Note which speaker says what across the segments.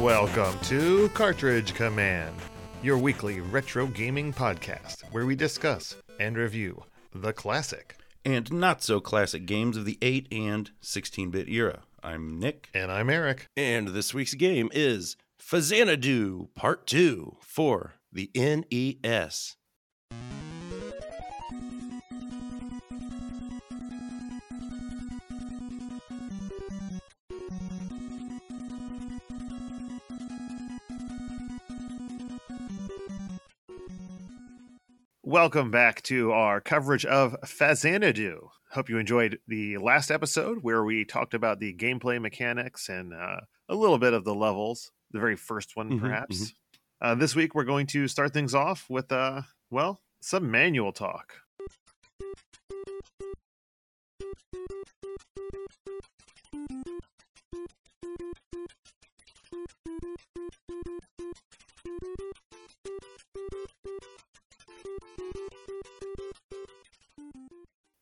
Speaker 1: Welcome to Cartridge Command, your weekly retro gaming podcast where we discuss and review the classic.
Speaker 2: and not so classic games of the 8 and 16 bit era. I'm Nick.
Speaker 1: And I'm Eric.
Speaker 2: And this week's game is Fazanadu Part 2 for the
Speaker 3: E
Speaker 2: NES.
Speaker 1: Welcome back to our coverage of Fazanadu. Hope you enjoyed the last episode where we talked about the gameplay mechanics and uh, a little bit of the levels, the very first one,
Speaker 2: Mhm,
Speaker 1: perhaps. Uh, this week, we're going to start things off with, uh, well, some manual talk.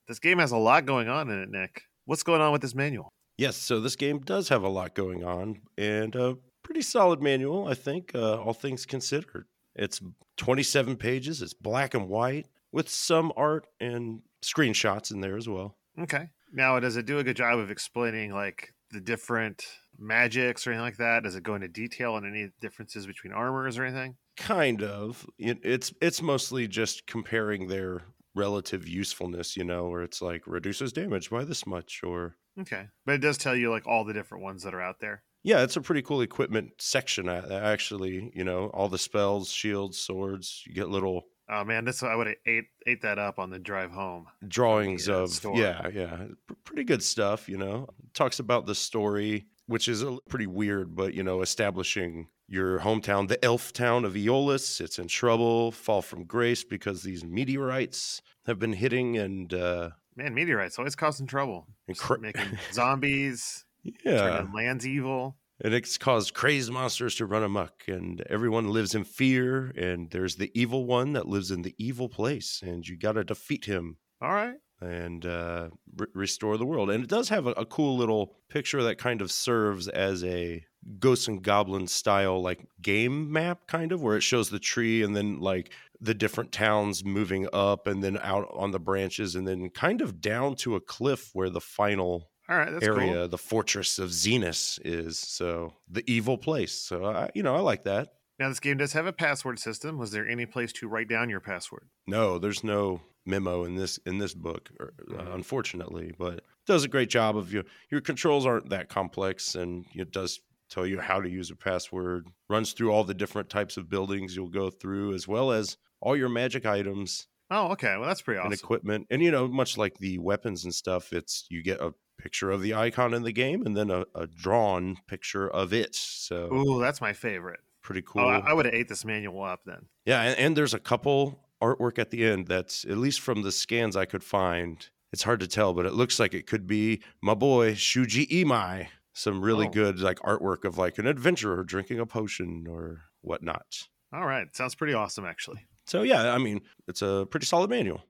Speaker 1: This game has a lot going on in it, Nick. What's going on with this manual?
Speaker 3: Yes, so this game does have a lot going on and a pretty solid manual, I think, uh, all things considered. It's 27 pages, it's black and white with some art and screenshots in there as well.
Speaker 1: Okay. Now, does it do a good job of explaining like the different magics or anything like that? Does it go into detail on any differences between armors or anything?
Speaker 3: Kind of. It- It's it's mostly just comparing their relative usefulness, you know, where it's like reduces damage by this much or
Speaker 1: Okay. But it does tell you like all the different ones that are out there.
Speaker 3: yeah, it's a pretty cool equipment section. a- Actually, you know, all the spells, shields, swords. You get little
Speaker 1: Oh man, this I would have ate ate that up on the drive home.
Speaker 3: drawings
Speaker 1: Yeah,
Speaker 3: of
Speaker 1: store.
Speaker 3: yeah yeah P- pretty good stuff you know talks about the story which is a, l- pretty weird but you know establishing your hometown the elf town of Aeolus it's in trouble fall from grace because these meteorites have been hitting and uh
Speaker 1: Man, meteorites always causing trouble.
Speaker 3: and
Speaker 1: Just
Speaker 3: cra-
Speaker 1: Making zombies,
Speaker 3: yeah
Speaker 1: turning lands evil.
Speaker 3: and it's caused crazed monsters to run amok and everyone lives in fear and there's the evil one that lives in the evil place and you got to defeat him
Speaker 1: All right.
Speaker 3: and uh, re- restore the world. And it does have a, a cool little picture that kind of serves as a ghosts and goblins style like game map kind of where it shows the tree and then like the different towns moving up and then out on the branches and then kind of down to a cliff where the final
Speaker 1: All right. That's
Speaker 3: area
Speaker 1: cool.
Speaker 3: the fortress of Xenus is so the evil place so I, you know I like that
Speaker 1: Now this game does have a password system. Was there any place to write down your password?
Speaker 3: No, there's no memo in this in this book, or, uh,
Speaker 1: Mhm.
Speaker 3: unfortunately. But it does a great job of your your controls aren't that complex, and it does tell you how to use a password. Runs through all the different types of buildings you'll go through, as well as all your magic items
Speaker 1: Oh, okay. Well, that's pretty awesome.
Speaker 3: and equipment. And you know, much like the weapons and stuff, it's you get a picture of the icon in the game, and then a, a drawn picture of it. So
Speaker 1: Ooh, that's my favorite.
Speaker 3: pretty cool.
Speaker 1: Oh, I, I would have ate this manual up then.
Speaker 3: Yeah, and, and there's a couple artwork at the end that's at least from the scans I could find. It's hard to tell, but it looks like it could be my boy Shuji Imai. Some really
Speaker 1: Oh.
Speaker 3: good like artwork of like an adventurer drinking a potion or whatnot.
Speaker 1: All right, sounds pretty awesome actually.
Speaker 3: So yeah, I mean it's a pretty solid manual.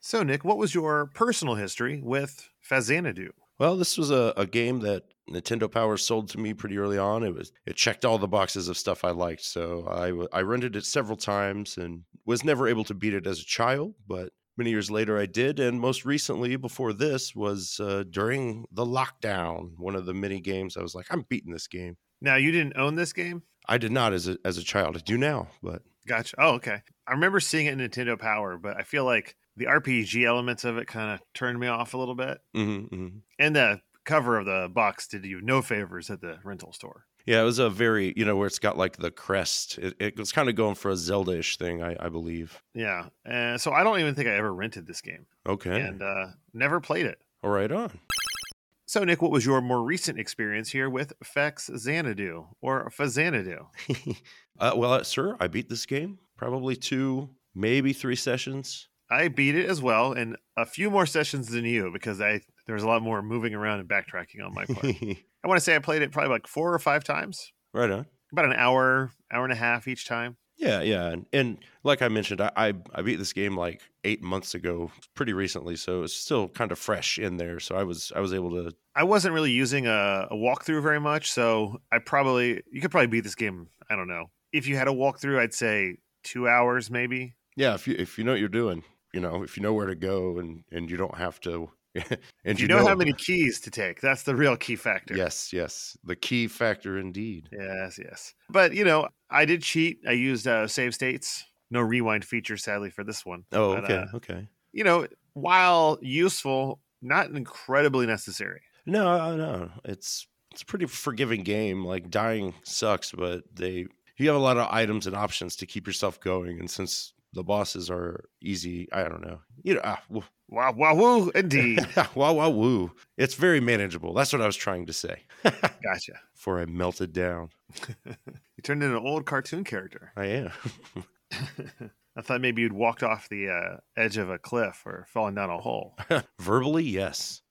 Speaker 1: So, Nick, what was your personal history with Fazanadu?
Speaker 3: Well, this was a, a game that Nintendo Power sold to me pretty early on. It was it checked all the boxes of stuff I liked, so I w- I rented it several times and was never able to beat it as a child. But many years later, I did, and most recently before this was uh, during the lockdown. One of the mini games I was like, I'm beating this game.
Speaker 1: Now, you didn't own this game?
Speaker 3: I did not as a, as a child. I do now, but
Speaker 1: Gotcha. Oh, okay. I remember seeing it in Nintendo Power, but I feel like the RPG elements of it kind of turned me off a little bit.
Speaker 3: mhm, mhm.
Speaker 1: And the cover of the box did you no favors at the rental store.
Speaker 3: yeah, it was a very you know where it's got like the crest. It, it was kind of going for a Zelda-ish thing, I, I believe.
Speaker 1: Yeah. Uh, so I don't even think I ever rented this game
Speaker 3: Okay,
Speaker 1: and uh, never played it.
Speaker 3: all right on.
Speaker 1: So, Nick, what was your more recent experience here with Fex Xanadu or Fazanadu?
Speaker 3: uh, well, sir, I beat this game probably two, maybe three sessions.
Speaker 1: I beat it as well in a few more sessions than you because I there was a lot more moving around and backtracking on my part. I want to say I played it probably like four or five times,
Speaker 3: Right on.
Speaker 1: about an hour, hour and a half each time.
Speaker 3: Yeah, yeah, and, and like I mentioned, I, I I beat this game like eight months ago, pretty recently, so it's still kind of fresh in there. So I was I was able to
Speaker 1: I wasn't really using a, a walkthrough very much, so I probably you could probably beat this game. I don't know if you had a walkthrough. I'd say two hours, maybe.
Speaker 3: yeah, if you if you know what you're doing, you know, if you know where to go, and and you don't have to, and
Speaker 1: If you, know, how many keys to take. That's the real key factor.
Speaker 3: Yes, yes, the key factor indeed.
Speaker 1: Yes, yes. But you know, I did cheat. I used uh, save states. No rewind feature, sadly, for this one.
Speaker 3: Oh,
Speaker 1: But,
Speaker 3: okay,
Speaker 1: uh,
Speaker 3: okay.
Speaker 1: You know, while useful, not incredibly necessary.
Speaker 3: No, I- no, it's it's a pretty forgiving game. Like dying sucks, but they you have a lot of items and options to keep yourself going. And since the bosses are easy, I don't know. You know, ah, woo, ah,
Speaker 1: Wow, wow, woo, indeed.
Speaker 3: wow, wow, woo. It's very manageable. That's what I was trying to say.
Speaker 1: gotcha.
Speaker 3: Before I melted down,
Speaker 1: You turned into an old cartoon character.
Speaker 3: I am.
Speaker 1: I thought maybe you'd walked off the uh, edge of a cliff or fallen down a hole.
Speaker 3: Verbally, yes.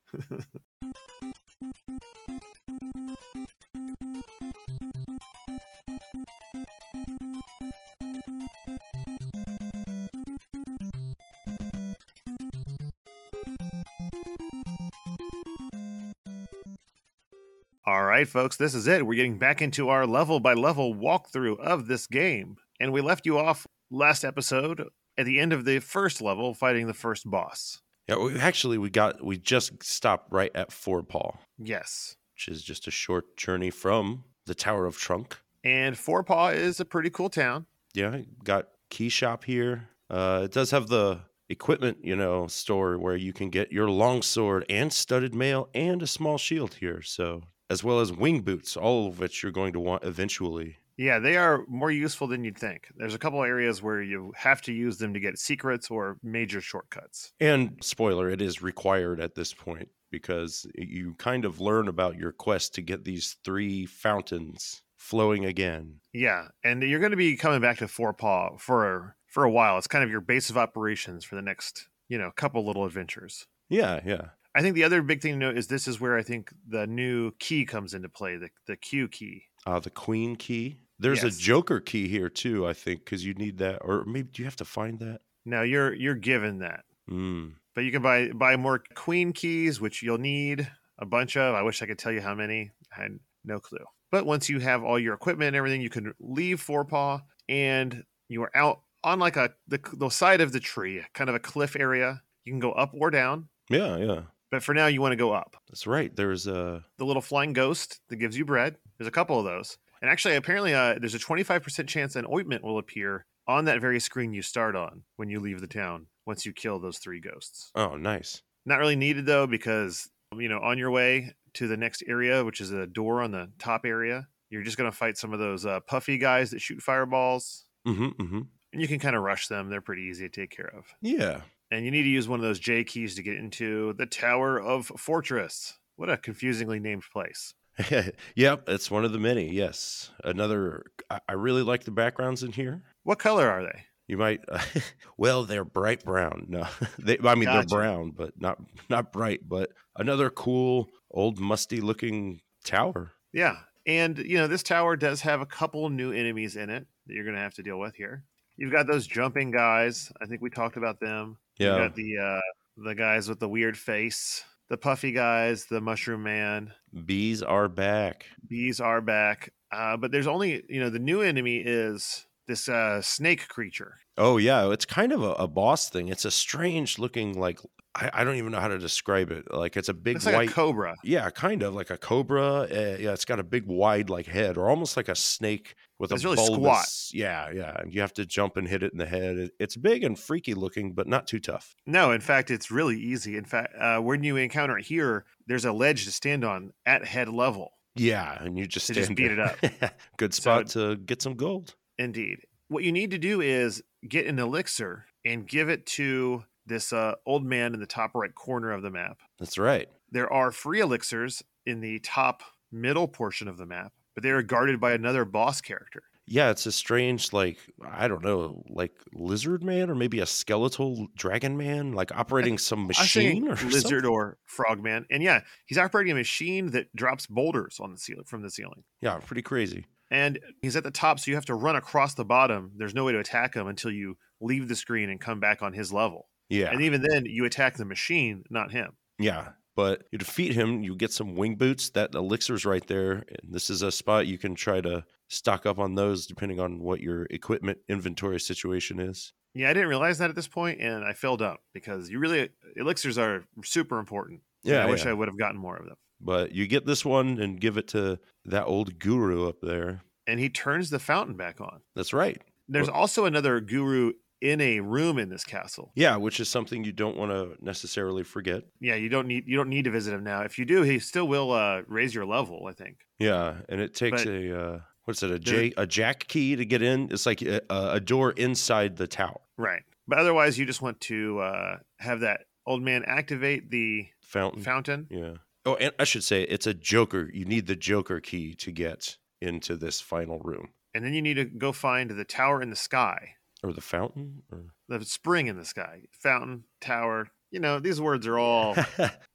Speaker 1: All right, folks, this is it. We're getting back into our level by level walkthrough of this game. And we left you off last episode at the end of the first level fighting the first boss.
Speaker 3: Yeah, we, actually, we got we just stopped right at Fort Paul,
Speaker 1: Yes.
Speaker 3: which is just a short journey from the Tower of Trunk.
Speaker 1: And Forepaw is a pretty cool town.
Speaker 3: yeah, got key shop here. Uh, it does have the equipment, you know, store where you can get your longsword and studded mail and a small shield here. So, as well as wing boots, all of which you're going to want eventually.
Speaker 1: Yeah, they are more useful than you'd think. There's a couple areas where you have to use them to get secrets or major shortcuts.
Speaker 3: And spoiler, it is required at this point because you kind of learn about your quest to get these three fountains flowing again.
Speaker 1: Yeah, and you're going to be coming back to Forepaw for for a while. It's kind of your base of operations for the next, you know, couple little adventures.
Speaker 3: Yeah, yeah.
Speaker 1: I think the other big thing to note is this is where I think the new key comes into play, the the Q key.
Speaker 3: Uh, the queen key. There's
Speaker 1: Yes.
Speaker 3: a joker key here too, I think, because you need that, or maybe do you have to find that?
Speaker 1: Now you're you're given that,
Speaker 3: Mm.
Speaker 1: but you can buy buy more queen keys, which you'll need a bunch of. I wish I could tell you how many. I had no clue. But once you have all your equipment and everything, you can leave Forepaw, and you are out on like a the, the side of the tree, kind of a cliff area. You can go up or down,
Speaker 3: Yeah, yeah.
Speaker 1: but for now you want to go up.
Speaker 3: That's right. There's a
Speaker 1: the little flying ghost that gives you bread. There's a couple of those. And actually, apparently, uh, there's a 25% chance an ointment will appear on that very screen you start on when you leave the town once you kill those three ghosts.
Speaker 3: oh, nice.
Speaker 1: Not really needed though, because, you know, on your way to the next area, which is a door on the top area, you're just going to fight some of those uh, puffy guys that shoot fireballs.
Speaker 3: Mm-hmm, mm-hmm.
Speaker 1: And you can kind of rush them. They're pretty easy to take care of.
Speaker 3: Yeah,
Speaker 1: And you need to use one of those J keys to get into the Tower of Fortress. What a confusingly named place.
Speaker 3: yep. It's one of the many. Yes, another. I, I really like the backgrounds in here.
Speaker 1: What color are they?
Speaker 3: You might. well, they're bright brown. No, they. I mean,
Speaker 1: Gotcha.
Speaker 3: they're brown, but not not bright. But another cool old musty looking tower.
Speaker 1: Yeah. And, you know, this tower does have a couple new enemies in it that you're going to have to deal with here. You've got those jumping guys. I think we talked about them.
Speaker 3: Yeah.
Speaker 1: You got the uh, the guys with the weird face, the puffy guys, the mushroom man.
Speaker 3: Bees are back.
Speaker 1: Bees are back. Uh, but there's only, you know, the new enemy is this uh, snake creature.
Speaker 3: Oh yeah, it's kind of a, a boss thing. It's a strange looking like. I, I don't even know how to describe it. Like it's a big
Speaker 1: It's like
Speaker 3: white
Speaker 1: a cobra.
Speaker 3: Yeah, kind of like a cobra. Uh, yeah, it's got a big, wide like head, or almost like a snake with
Speaker 1: It's
Speaker 3: a
Speaker 1: really squat.
Speaker 3: bulbous- Yeah, yeah. And you have to jump and hit it in the head. It- It's big and freaky looking, but not too tough.
Speaker 1: No, in fact, it's really easy. In fact, uh, when you encounter it here, there's a ledge to stand on at head level.
Speaker 3: Yeah, and you just
Speaker 1: They just
Speaker 3: stand
Speaker 1: beat
Speaker 3: it up. Good spot to get some gold.
Speaker 1: Indeed. What you need to do is get an elixir and give it to this uh, old man in the top right corner of the map.
Speaker 3: That's right.
Speaker 1: There are free elixirs in the top middle portion of the map, but they are guarded by another boss character.
Speaker 3: yeah, it's a strange, like, I don't know, like lizard man or maybe a skeletal dragon man, like operating some
Speaker 1: I was thinking
Speaker 3: machine or
Speaker 1: lizard
Speaker 3: something?
Speaker 1: or frogman. And yeah, he's operating a machine that drops boulders on the ceiling from the ceiling.
Speaker 3: Yeah, pretty crazy.
Speaker 1: And he's at the top, so you have to run across the bottom. There's no way to attack him until you leave the screen and come back on his level.
Speaker 3: Yeah.
Speaker 1: And even then, you attack the machine, not him.
Speaker 3: Yeah, but you defeat him, you get some wing boots. That elixir's right there. And this is a spot you can try to stock up on those depending on what your equipment inventory situation is.
Speaker 1: Yeah, I didn't realize that at this point, and I filled up because you really elixirs are super important. and
Speaker 3: Yeah,
Speaker 1: I wish
Speaker 3: yeah.
Speaker 1: I would have gotten more of them.
Speaker 3: But you get this one and give it to that old guru up there.
Speaker 1: And he turns the fountain back on.
Speaker 3: That's right.
Speaker 1: There's also another guru in a room in this castle.
Speaker 3: Yeah, which is something you don't want to necessarily forget.
Speaker 1: Yeah, you don't need you don't need to visit him now. If you do, he still will uh, raise your level. I think.
Speaker 3: Yeah, and it takes
Speaker 1: But-
Speaker 3: a uh, what's it a
Speaker 1: There-
Speaker 3: J, a jack key to get in. It's like a, a door inside the tower
Speaker 1: Right. But otherwise, you just want to uh, have that old man activate the
Speaker 3: fountain.
Speaker 1: fountain.
Speaker 3: Yeah. Oh, and I should say it's a Joker. You need the Joker key to get into this final room
Speaker 1: And then you need to go find the tower in the sky,
Speaker 3: or the fountain. Or...
Speaker 1: the spring in the sky, fountain, tower. You know, these words are all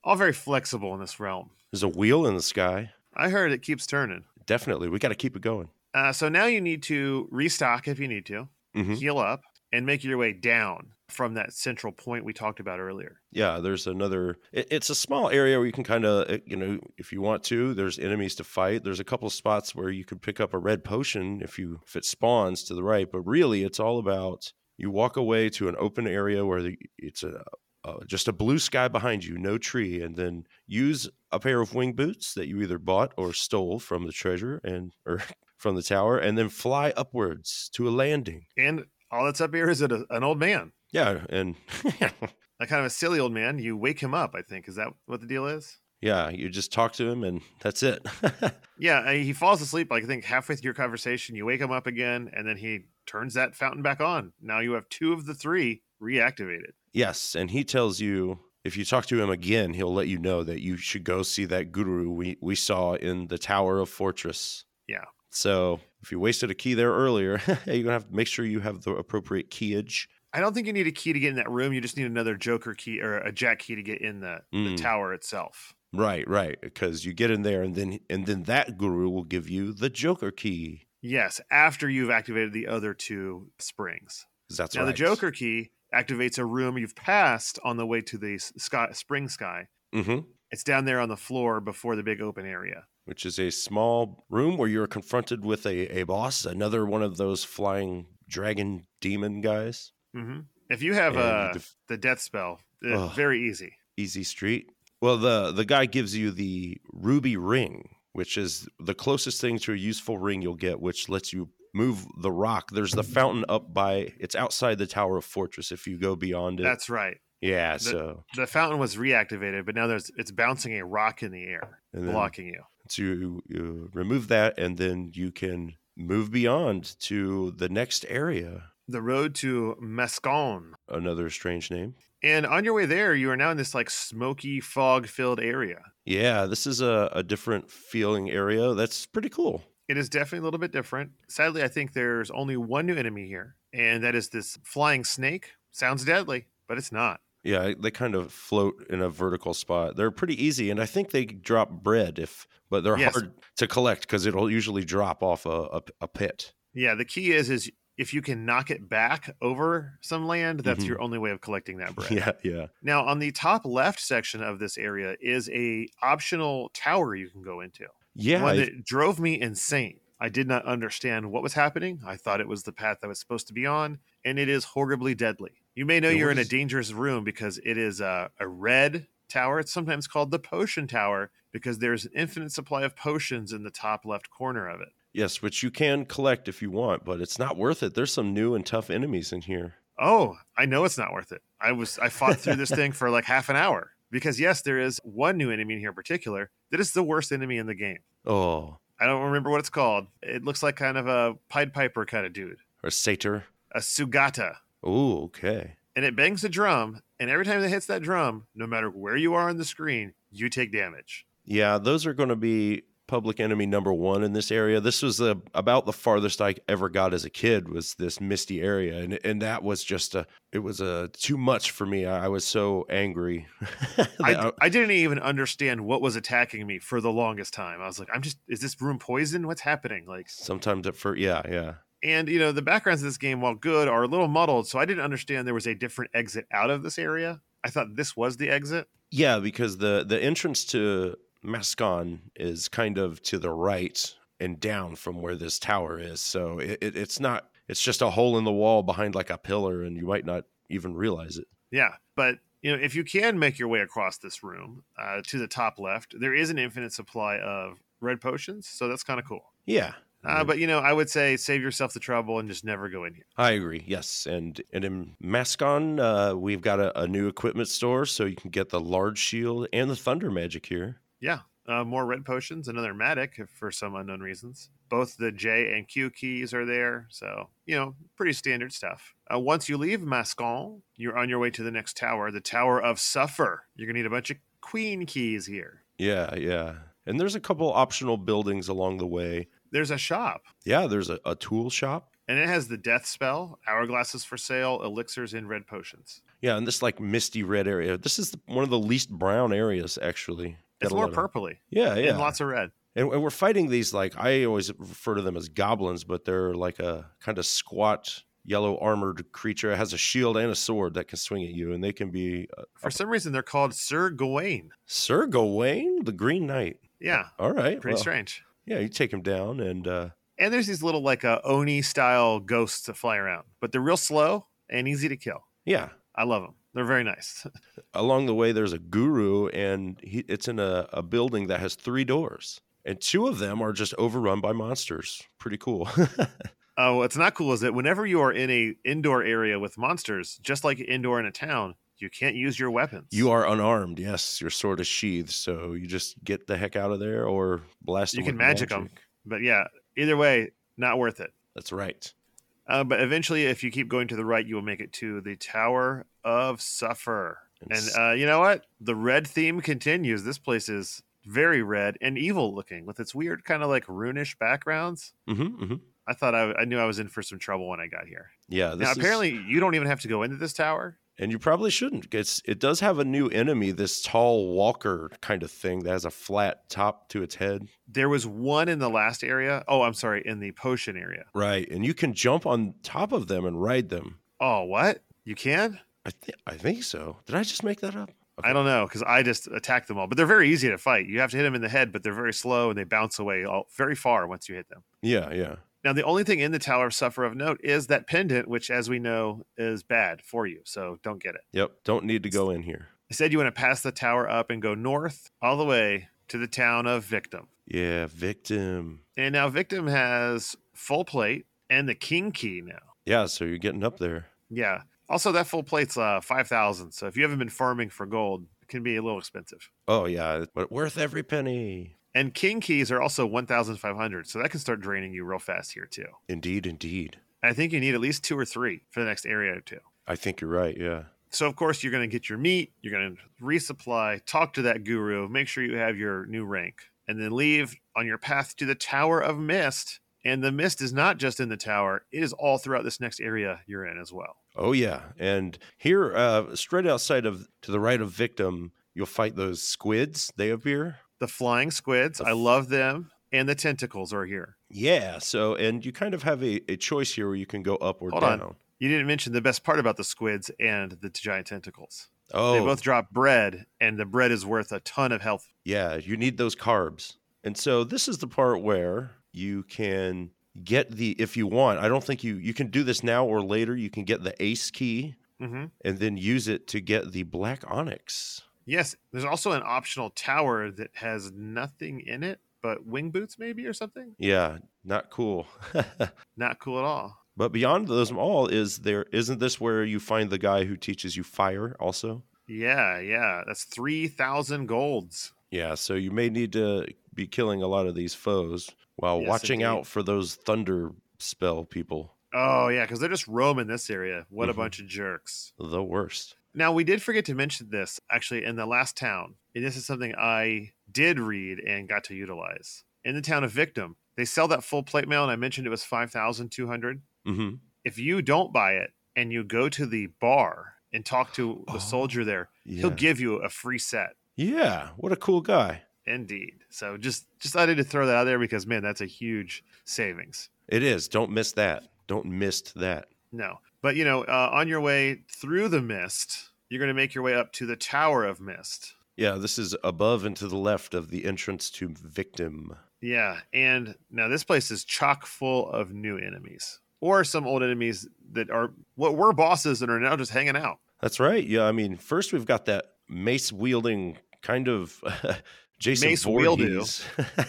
Speaker 1: all very flexible in this realm.
Speaker 3: There's a wheel in the sky.
Speaker 1: I heard it keeps turning.
Speaker 3: Definitely, we got to keep it going.
Speaker 1: Uh, so now you need to restock if you need to,
Speaker 3: Mhm.
Speaker 1: heal up, and make your way down from that central point we talked about earlier.
Speaker 3: Yeah, there's another. It, it's a small area where you can kind of, you know, if you want to. There's enemies to fight. There's a couple spots where you could pick up a red potion if you if it spawns to the right. But really, it's all about you walk away to an open area where the, it's a uh, just a blue sky behind you, no tree, and then use a pair of wing boots that you either bought or stole from the treasure and or from the tower, and then fly upwards to a landing.
Speaker 1: And all that's up here is a, an old man,
Speaker 3: Yeah, and
Speaker 1: a kind of a silly old man. You wake him up, I think. Is that what the deal is?
Speaker 3: yeah, you just talk to him, and that's it.
Speaker 1: Yeah, I- he falls asleep, like I think halfway through your conversation. You wake him up again, and then he turns that fountain back on. Now you have two of the three reactivated.
Speaker 3: Yes, and he tells you if you talk to him again, he'll let you know that you should go see that guru we, we saw in the Tower of Fortress.
Speaker 1: Yeah.
Speaker 3: So if you wasted a key there earlier, you're gonna have to make sure you have the appropriate keyage.
Speaker 1: I don't think you need a key to get in that room. You just need another Joker key or a Jack key to get in the, the
Speaker 3: Mm.
Speaker 1: tower itself.
Speaker 3: Right, right, because you get in there, and then and then that guru will give you the Joker key.
Speaker 1: Yes, after you've activated the other two springs.
Speaker 3: 'Cause That's
Speaker 1: now
Speaker 3: right.
Speaker 1: the Joker key activates a room you've passed on the way to the s- sky, spring sky.
Speaker 3: hmm
Speaker 1: It's down there on the floor before the big open area.
Speaker 3: which is a small room where you're confronted with a, a boss, another one of those flying dragon demon guys.
Speaker 1: hmm If you have
Speaker 3: And you
Speaker 1: uh,
Speaker 3: def-
Speaker 1: the death spell, it's
Speaker 3: Ugh.
Speaker 1: very easy.
Speaker 3: easy street well the the guy gives you the ruby ring which is the closest thing to a useful ring you'll get which lets you move the rock there's the fountain up by it's outside the tower of fortress if you go beyond it
Speaker 1: That's right.
Speaker 3: yeah
Speaker 1: the-
Speaker 3: so
Speaker 1: The fountain was reactivated, but now there's it's bouncing a rock in the air,
Speaker 3: and then
Speaker 1: blocking you.
Speaker 3: so you, you remove that and then you can move beyond to the next area
Speaker 1: The road to Mascon.
Speaker 3: another strange name
Speaker 1: And on your way there, you are now in this like smoky, fog filled area.
Speaker 3: yeah this is a, a different feeling area that's pretty cool
Speaker 1: It is definitely a little bit different. Sadly, I think there's only one new enemy here, and that is this flying snake. Sounds deadly, but it's not.
Speaker 3: Yeah, they kind of float in a vertical spot. They're pretty easy, and I think they drop bread if, but they're
Speaker 1: Yes.
Speaker 3: hard to collect because it'll usually drop off a, a, a pit.
Speaker 1: Yeah, the key is is if you can knock it back over some land, that's
Speaker 3: Mhm.
Speaker 1: your only way of collecting that bread.
Speaker 3: Yeah, yeah,
Speaker 1: Now, on the top left section of this area is a optional tower you can go into.
Speaker 3: yeah.
Speaker 1: one
Speaker 3: I-
Speaker 1: that drove me insane. I did not understand what was happening. I thought it was the path I was supposed to be on, and it is horribly deadly. You may know
Speaker 3: Yeah,
Speaker 1: you're
Speaker 3: what
Speaker 1: in a
Speaker 3: is-
Speaker 1: dangerous room because it is a, a red tower. It's sometimes called the potion tower because there's an infinite supply of potions in the top left corner of it.
Speaker 3: yes, which you can collect if you want, but it's not worth it. There's some new and tough enemies in here.
Speaker 1: Oh, I know it's not worth it. I was I fought through this thing for like half an hour because yes, there is one new enemy in here in particular that is the worst enemy in the game.
Speaker 3: Oh,
Speaker 1: I don't remember what it's called. It looks like kind of a Pied Piper kind of dude,
Speaker 3: or satyr.
Speaker 1: a Sugata.
Speaker 3: Oh, okay.
Speaker 1: and it bangs a drum. And every time it hits that drum, no matter where you are on the screen, you take damage.
Speaker 3: Yeah, those are going to be public enemy number one in this area. This was the about the farthest I ever got as a kid was this misty area, and and that was just a it was a too much for me. I, I was so angry.
Speaker 1: I, I didn't even understand what was attacking me for the longest time. I was like, I'm just is this room poison? What's happening? Like
Speaker 3: sometimes at first, yeah, yeah.
Speaker 1: and you know the backgrounds of this game while good are a little muddled, so I didn't understand there was a different exit out of this area. I thought this was the exit.
Speaker 3: Yeah, because the the entrance to Mascon is kind of to the right and down from where this tower is. So it, it, it's not it's just a hole in the wall behind like a pillar and you might not even realize it.
Speaker 1: Yeah, but you know if you can make your way across this room uh, to the top left, there is an infinite supply of red potions, so that's kind of cool.
Speaker 3: Yeah.
Speaker 1: Uh, but you know, I would say save yourself the trouble and just never go in here.
Speaker 3: I agree. Yes, and and in Mascon, uh, we've got a, a new equipment store, so you can get the large shield and the thunder magic here.
Speaker 1: Yeah. Uh, more red potions, another Matic if- for some unknown reasons. Both the J and Q keys are there. So, you know, pretty standard stuff. Uh, once you leave Mascon, you're on your way to the next tower, the Tower of Suffer. You're going to need a bunch of queen keys here.
Speaker 3: Yeah, yeah. And there's a couple optional buildings along the way.
Speaker 1: There's a shop,
Speaker 3: Yeah, there's a, a tool shop.
Speaker 1: and it has the death spell, hourglasses for sale, elixirs, and red potions.
Speaker 3: Yeah, and this like misty red area. This is one of the least brown areas actually.
Speaker 1: It's
Speaker 3: Got a
Speaker 1: more
Speaker 3: lot of-
Speaker 1: purpley
Speaker 3: Yeah, yeah.
Speaker 1: and lots of red.
Speaker 3: And, and we're fighting these like I always refer to them as goblins, but they're like a kind of squat yellow armored creature. It has a shield and a sword that can swing at you, and they can be uh,
Speaker 1: For some reason, they're called Sir Gawain.
Speaker 3: Sir Gawain, the Green Knight.
Speaker 1: Yeah,
Speaker 3: All right,
Speaker 1: pretty
Speaker 3: well,
Speaker 1: strange.
Speaker 3: Yeah, you take him down, and uh,
Speaker 1: And there's these little like uh, Oni style ghosts that fly around, but they're real slow and easy to kill.
Speaker 3: yeah.
Speaker 1: I love them. They're very nice.
Speaker 3: Along the way, there's a guru, and he, it's in a, a building that has three doors, and two of them are just overrun by monsters. Pretty cool.
Speaker 1: Oh, what's not cool is that whenever you are in a indoor area with monsters, just like indoor in a town, you can't use your weapons.
Speaker 3: You are unarmed. Yes, your sword is sheathed, so you just get the heck out of there or blast.
Speaker 1: You
Speaker 3: them
Speaker 1: can
Speaker 3: with
Speaker 1: magic 'em. But yeah, either way, not worth it.
Speaker 3: That's right.
Speaker 1: Uh, but eventually, if you keep going to the right, you will make it to the Tower of Suffer. And
Speaker 3: It's-
Speaker 1: uh, you know what? The red theme continues. This place is very red and evil looking with its weird kind of like runish backgrounds.
Speaker 3: Mm-hmm, mm-hmm.
Speaker 1: I thought I, I knew I was in for some trouble when I got here.
Speaker 3: Yeah.
Speaker 1: now,
Speaker 3: is-
Speaker 1: apparently, you don't even have to go into this tower.
Speaker 3: and you probably shouldn't. It's it does have a new enemy, this tall walker kind of thing that has a flat top to its head.
Speaker 1: There was one in the last area. Oh, I'm sorry, in the potion area.
Speaker 3: Right, and you can jump on top of them and ride them.
Speaker 1: Oh, what? You can?
Speaker 3: I think I think so. Did I just make that up?
Speaker 1: I don't know because I just attacked them all, but they're very easy to fight. You have to hit them in the head, but they're very slow and they bounce away all, very far once you hit them.
Speaker 3: Yeah, yeah.
Speaker 1: Now, the only thing in the Tower of Suffer of note is that pendant, which, as we know, is bad for you. So don't get it.
Speaker 3: Yep. Don't need to go in here.
Speaker 1: Instead, you want to pass the tower up and go north all the way to the town of Victim.
Speaker 3: Yeah, victim.
Speaker 1: And now Victim has full plate and the King Key now.
Speaker 3: Yeah, so you're getting up there.
Speaker 1: Yeah. Also, that full plate's uh, 5,000. So if you haven't been farming for gold, it can be a little expensive.
Speaker 3: Oh yeah, but worth every penny.
Speaker 1: And King Keys are also 1,500. So that can start draining you real fast here, too.
Speaker 3: Indeed, indeed.
Speaker 1: I think you need at least two or three for the next area, too.
Speaker 3: I think you're right. Yeah.
Speaker 1: So of course you're going to get your meat, you're going to resupply, talk to that guru, make sure you have your new rank, and then leave on your path to the Tower of Mist. And the mist is not just in the tower; it is all throughout this next area you're in as well.
Speaker 3: Oh yeah. And here, uh, straight outside of to the right of victim, you'll fight those squids. They appear.
Speaker 1: The flying squids,
Speaker 3: The
Speaker 1: I
Speaker 3: f-
Speaker 1: love them, and the tentacles are here.
Speaker 3: Yeah. So, and you kind of have a, a choice here where you can go up or
Speaker 1: Hold on.
Speaker 3: down.
Speaker 1: You didn't mention the best part about the squids and the giant tentacles.
Speaker 3: Oh,
Speaker 1: They both drop bread, and the bread is worth a ton of health.
Speaker 3: yeah. You need those carbs. And so this is the part where you can get the if you want. I don't think you you can do this now or later. You can get the ace key
Speaker 1: hmm
Speaker 3: and then use it to get the black onyx.
Speaker 1: Yes, there's also an optional tower that has nothing in it but wing boots, maybe or something.
Speaker 3: Yeah, not cool.
Speaker 1: not cool at all.
Speaker 3: But beyond those all is there isn't this where you find the guy who teaches you fire also?
Speaker 1: Yeah, yeah. That's 3,000 golds.
Speaker 3: Yeah, so you may need to be killing a lot of these foes while
Speaker 1: Yes,
Speaker 3: watching
Speaker 1: indeed.
Speaker 3: out for those thunder spell people.
Speaker 1: Oh, yeah, because they're just roaming this area. What
Speaker 3: Mhm.
Speaker 1: a bunch of jerks.
Speaker 3: The worst.
Speaker 1: Now, we did forget to mention this actually in the last town. And this is something I did read and got to utilize. in the town of Victim. They sell that full plate mail, and I mentioned it was five thousand two hundred.
Speaker 3: Mm-hmm.
Speaker 1: If you don't buy it and you go to the bar and talk to the
Speaker 3: Oh,
Speaker 1: soldier there,
Speaker 3: Yeah.
Speaker 1: he'll give you a free set.
Speaker 3: yeah. What a cool guy.
Speaker 1: Indeed. So just just I to throw that out there because man, that's a huge savings.
Speaker 3: It is. Don't miss that. Don't miss that.
Speaker 1: No, but you know, uh, on your way through the mist, you're going to make your way up to the Tower of Mist.
Speaker 3: Yeah, this is above and to the left of the entrance to Victim.
Speaker 1: Yeah, and now this place is chock full of new enemies or some old enemies that are what were bosses that are now just hanging out.
Speaker 3: That's right. Yeah, I mean, first we've got that mace wielding kind of Jason
Speaker 1: Mace
Speaker 3: Voorhees.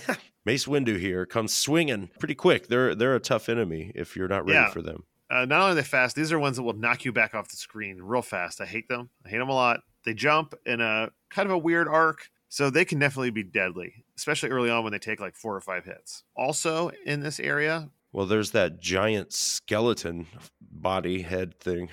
Speaker 3: mace Windu here comes swinging pretty quick. They're they're a tough enemy if you're not ready
Speaker 1: Yeah.
Speaker 3: for them.
Speaker 1: Uh, not only are they fast, these are ones that will knock you back off the screen real fast. I hate them. I hate them a lot. They jump in a kind of a weird arc, so they can definitely be deadly, especially early on when they take like four or five hits. Also in this area,
Speaker 3: Well, there's that giant skeleton body head thing.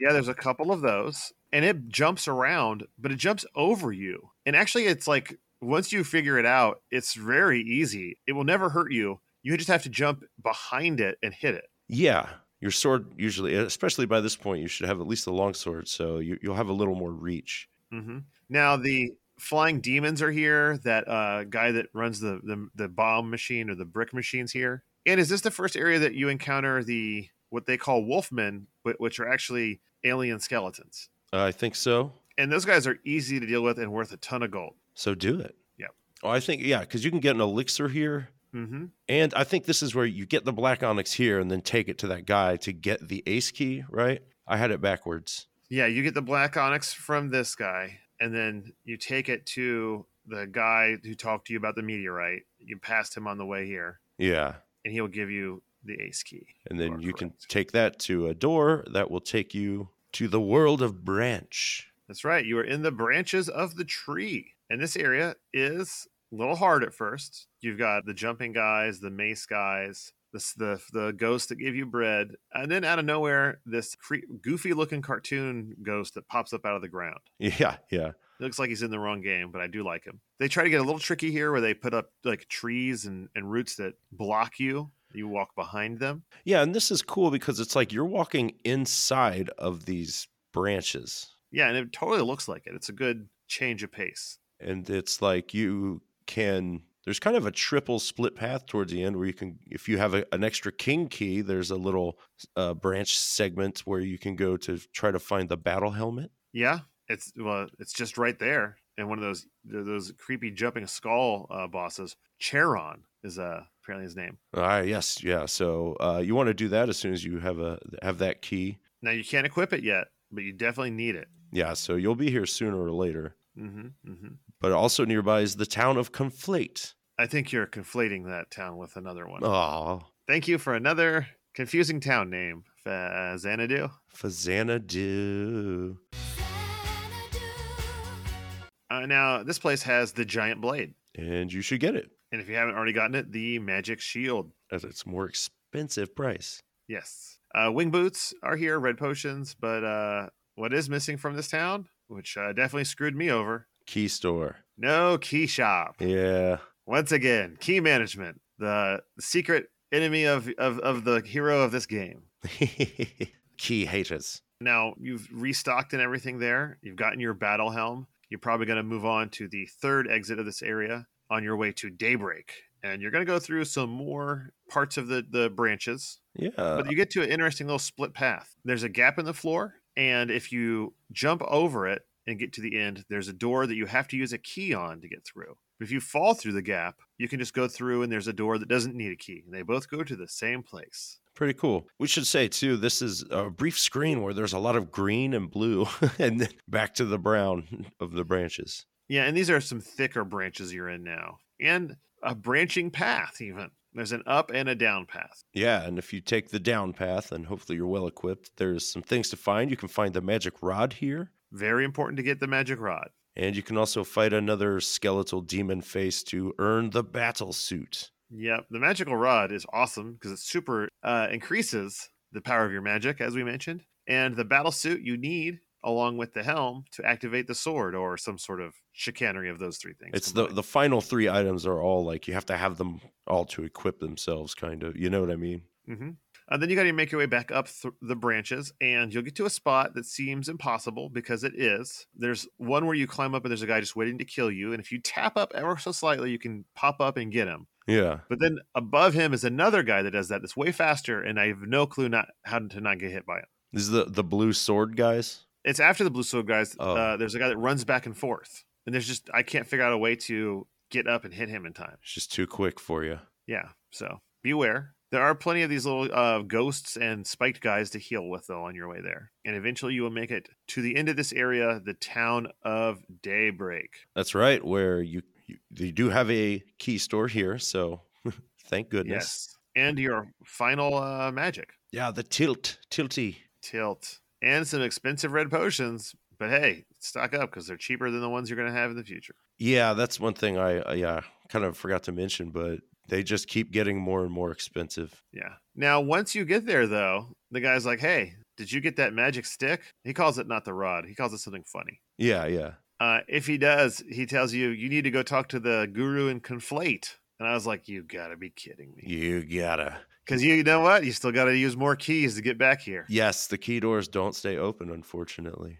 Speaker 1: Yeah, there's a couple of those, and it jumps around, but it jumps over you. And actually, it's like once you figure it out, it's very easy. It will never hurt you. You just have to jump behind it and hit it.
Speaker 3: yeah, your sword usually, especially by this point, you should have at least a long sword, so you, you'll have a little more reach.
Speaker 1: hmm Now the flying demons are here. That uh, guy that runs the, the the bomb machine or the brick machines here. And is this the first area that you encounter the what they call wolfmen, wh- which are actually alien skeletons?
Speaker 3: I think so.
Speaker 1: And those guys are easy to deal with and worth a ton of gold.
Speaker 3: So do it.
Speaker 1: Yep.
Speaker 3: Oh, I think yeah, because you can get an elixir here.
Speaker 1: hmm
Speaker 3: And I think this is where you get the black onyx here and then take it to that guy to get the ace key, right? I had it backwards.
Speaker 1: Yeah, you get the black onyx from this guy, and then you take it to the guy who talked to you about the meteorite. You passed him on the way here,
Speaker 3: Yeah.
Speaker 1: and he'll give you the ace key.
Speaker 3: And then
Speaker 1: Are
Speaker 3: you can
Speaker 1: correct.
Speaker 3: take that to a door that will take you to the world of branch.
Speaker 1: That's right. You are in the branches of the tree. And this area is a little hard at first. You've got the jumping guys, the mace guys, this, the the ghost that gave you bread, and then out of nowhere, this cre- goofy looking cartoon ghost that pops up out of the ground.
Speaker 3: Yeah, yeah.
Speaker 1: looks like he's in the wrong game, but I do like him. They try to get a little tricky here where they put up like trees and, and roots that block you. You walk behind them.
Speaker 3: Yeah, and this is cool because it's like you're walking inside of these branches.
Speaker 1: Yeah, and it totally looks like it. It's a good change of pace.
Speaker 3: And it's like you can there's kind of a triple split path towards the end where you can if you have a, an extra king key, there's a little uh, branch segment where you can go to try to find the battle helmet.
Speaker 1: Yeah, it's well, it's just right there. And one of those those creepy jumping skull uh, bosses, Charon is uh, apparently his name.
Speaker 3: Ah, yes, yeah. So uh, you want to do that as soon as you have a have that key.
Speaker 1: Now you can't equip it yet, but you definitely need it.
Speaker 3: Yeah, so you'll be here sooner or later.
Speaker 1: hmm hmm
Speaker 3: But also nearby is the town of Conflate.
Speaker 1: I think you're conflating that town with another one.
Speaker 3: Ah,
Speaker 1: Thank you for another confusing town name, Fa- Xanadu.
Speaker 3: Fazanadu.
Speaker 1: Uh, now, this place has the giant blade.
Speaker 3: And you should get it
Speaker 1: And if you haven't already gotten it, the magic shield.
Speaker 3: at its more expensive price.
Speaker 1: Yes. Uh, wing boots are here, red potions. But uh, what is missing from this town, which uh, definitely screwed me over?
Speaker 3: Key store.
Speaker 1: No key shop.
Speaker 3: Yeah.
Speaker 1: Once again, key management, the secret enemy of, of, of the hero of this game.
Speaker 3: key haters.
Speaker 1: Now, you've restocked and everything there. You've gotten your battle helm. You're probably going to move on to the third exit of this area on your way to Daybreak. And you're going to go through some more parts of the, the branches,
Speaker 3: Yeah.
Speaker 1: but you get to an interesting little split path. There's a gap in the floor. And if you jump over it and get to the end, there's a door that you have to use a key on to get through. But if you fall through the gap, you can just go through and there's a door that doesn't need a key. And they both go to the same place.
Speaker 3: Pretty cool. We should say too, this is a brief screen where there's a lot of green and blue and then back to the brown of the branches.
Speaker 1: Yeah, and these are some thicker branches you're in now, and a branching path, even. There's an up and a down path.
Speaker 3: Yeah, and if you take the down path and hopefully you're well equipped, there's some things to find. You can find the magic rod here,
Speaker 1: Very important to get the magic rod.
Speaker 3: and you can also fight another skeletal demon face to earn the battle suit.
Speaker 1: Yep, the magical rod is awesome because it super uh, increases the power of your magic, as we mentioned. And the battle suit you need along with the helm to activate the sword or some sort of chicanery of those three things.
Speaker 3: It's the
Speaker 1: combined.
Speaker 3: the final three items are all like you have to have them all to equip themselves, kind of. You know what I mean?
Speaker 1: hmm And then you got to make your way back up th- the branches, and you'll get to a spot that seems impossible because it is. There's one where you climb up, and there's a guy just waiting to kill you. And if you tap up ever so slightly, you can pop up and get him.
Speaker 3: Yeah.
Speaker 1: But then above him is another guy that does that that's way faster, and I have no clue not how to not get hit by him.
Speaker 3: This is the the blue sword guys.
Speaker 1: It's after the blue sword guys.
Speaker 3: Oh.
Speaker 1: Uh, there's a guy that runs back and forth, and there's just I can't figure out a way to get up and hit him in time.
Speaker 3: It's just too quick for you.
Speaker 1: Yeah, so beware. There are plenty of these little uh, ghosts and spiked guys to heal with, though, on your way there. And eventually you will make it to the end of this area, the town of Daybreak.
Speaker 3: That's right. Where you you, you do have a key store here, so thank goodness.
Speaker 1: Yes. And your final uh, magic
Speaker 3: Yeah, the tilt tilty.
Speaker 1: tilt and some expensive red potions. But hey, stock up because they're cheaper than the ones you're going to have in the future.
Speaker 3: Yeah, that's one thing I uh, yeah kind of forgot to mention, but they just keep getting more and more expensive.
Speaker 1: Yeah. Now, once you get there, though, the guy's like, hey, did you get that magic stick? He calls it not the rod, he calls it something funny.
Speaker 3: Yeah, yeah.
Speaker 1: Uh, if he does, he tells you you need to go talk to the guru and conflate. And I was like, you gotta be kidding me,
Speaker 3: You gotta.
Speaker 1: because you know what? You still gotta use more keys to get back here.
Speaker 3: Yes, the key doors don't stay open, unfortunately.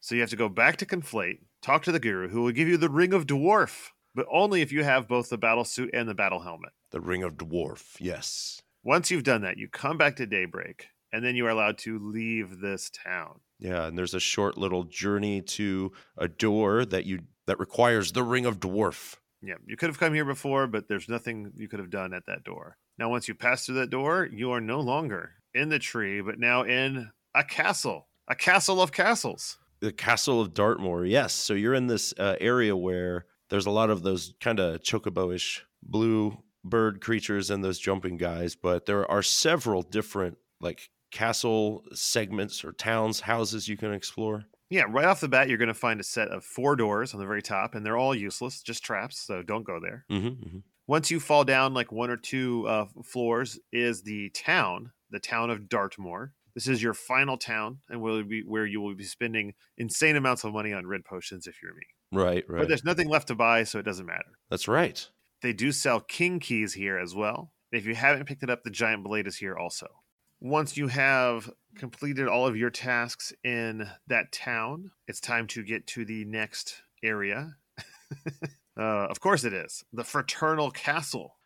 Speaker 1: So you have to go back to conflate, talk to the guru, who will give you the ring of dwarf, but only if you have both the battle suit and the battle helmet.
Speaker 3: The ring of dwarf. Yes.
Speaker 1: Once you've done that, you come back to daybreak, and then you are allowed to leave this town.
Speaker 3: Yeah, and there's a short little journey to a door that you that requires the ring of dwarf.
Speaker 1: Yeah, you could have come here before, but there's nothing you could have done at that door. Now, once you pass through that door, you are no longer in the tree, but now in a castle, a castle of castles.
Speaker 3: The castle of Dartmoor. Yes, so you're in this uh, area where there's a lot of those kind of chocobo-ish blue bird creatures and those jumping guys, but there are several different like castle segments or towns, houses you can explore.
Speaker 1: Yeah, right off the bat, you're going to find a set of four doors on the very top, and they're all useless, just traps, so don't go there.
Speaker 3: Mm-hmm, mm-hmm.
Speaker 1: Once you fall down like one or two uh, floors, is the town, the town of Dartmoor. This is your final town, and will be where you will be spending insane amounts of money on red potions if you're me.
Speaker 3: Right,
Speaker 1: But
Speaker 3: right.
Speaker 1: there's nothing left to buy, so it doesn't matter.
Speaker 3: That's right.
Speaker 1: They do sell king keys here as well. If you haven't picked it up, the giant blade is here also. Once you have completed all of your tasks in that town, it's time to get to the next area. uh, of course, it is the Fraternal Castle.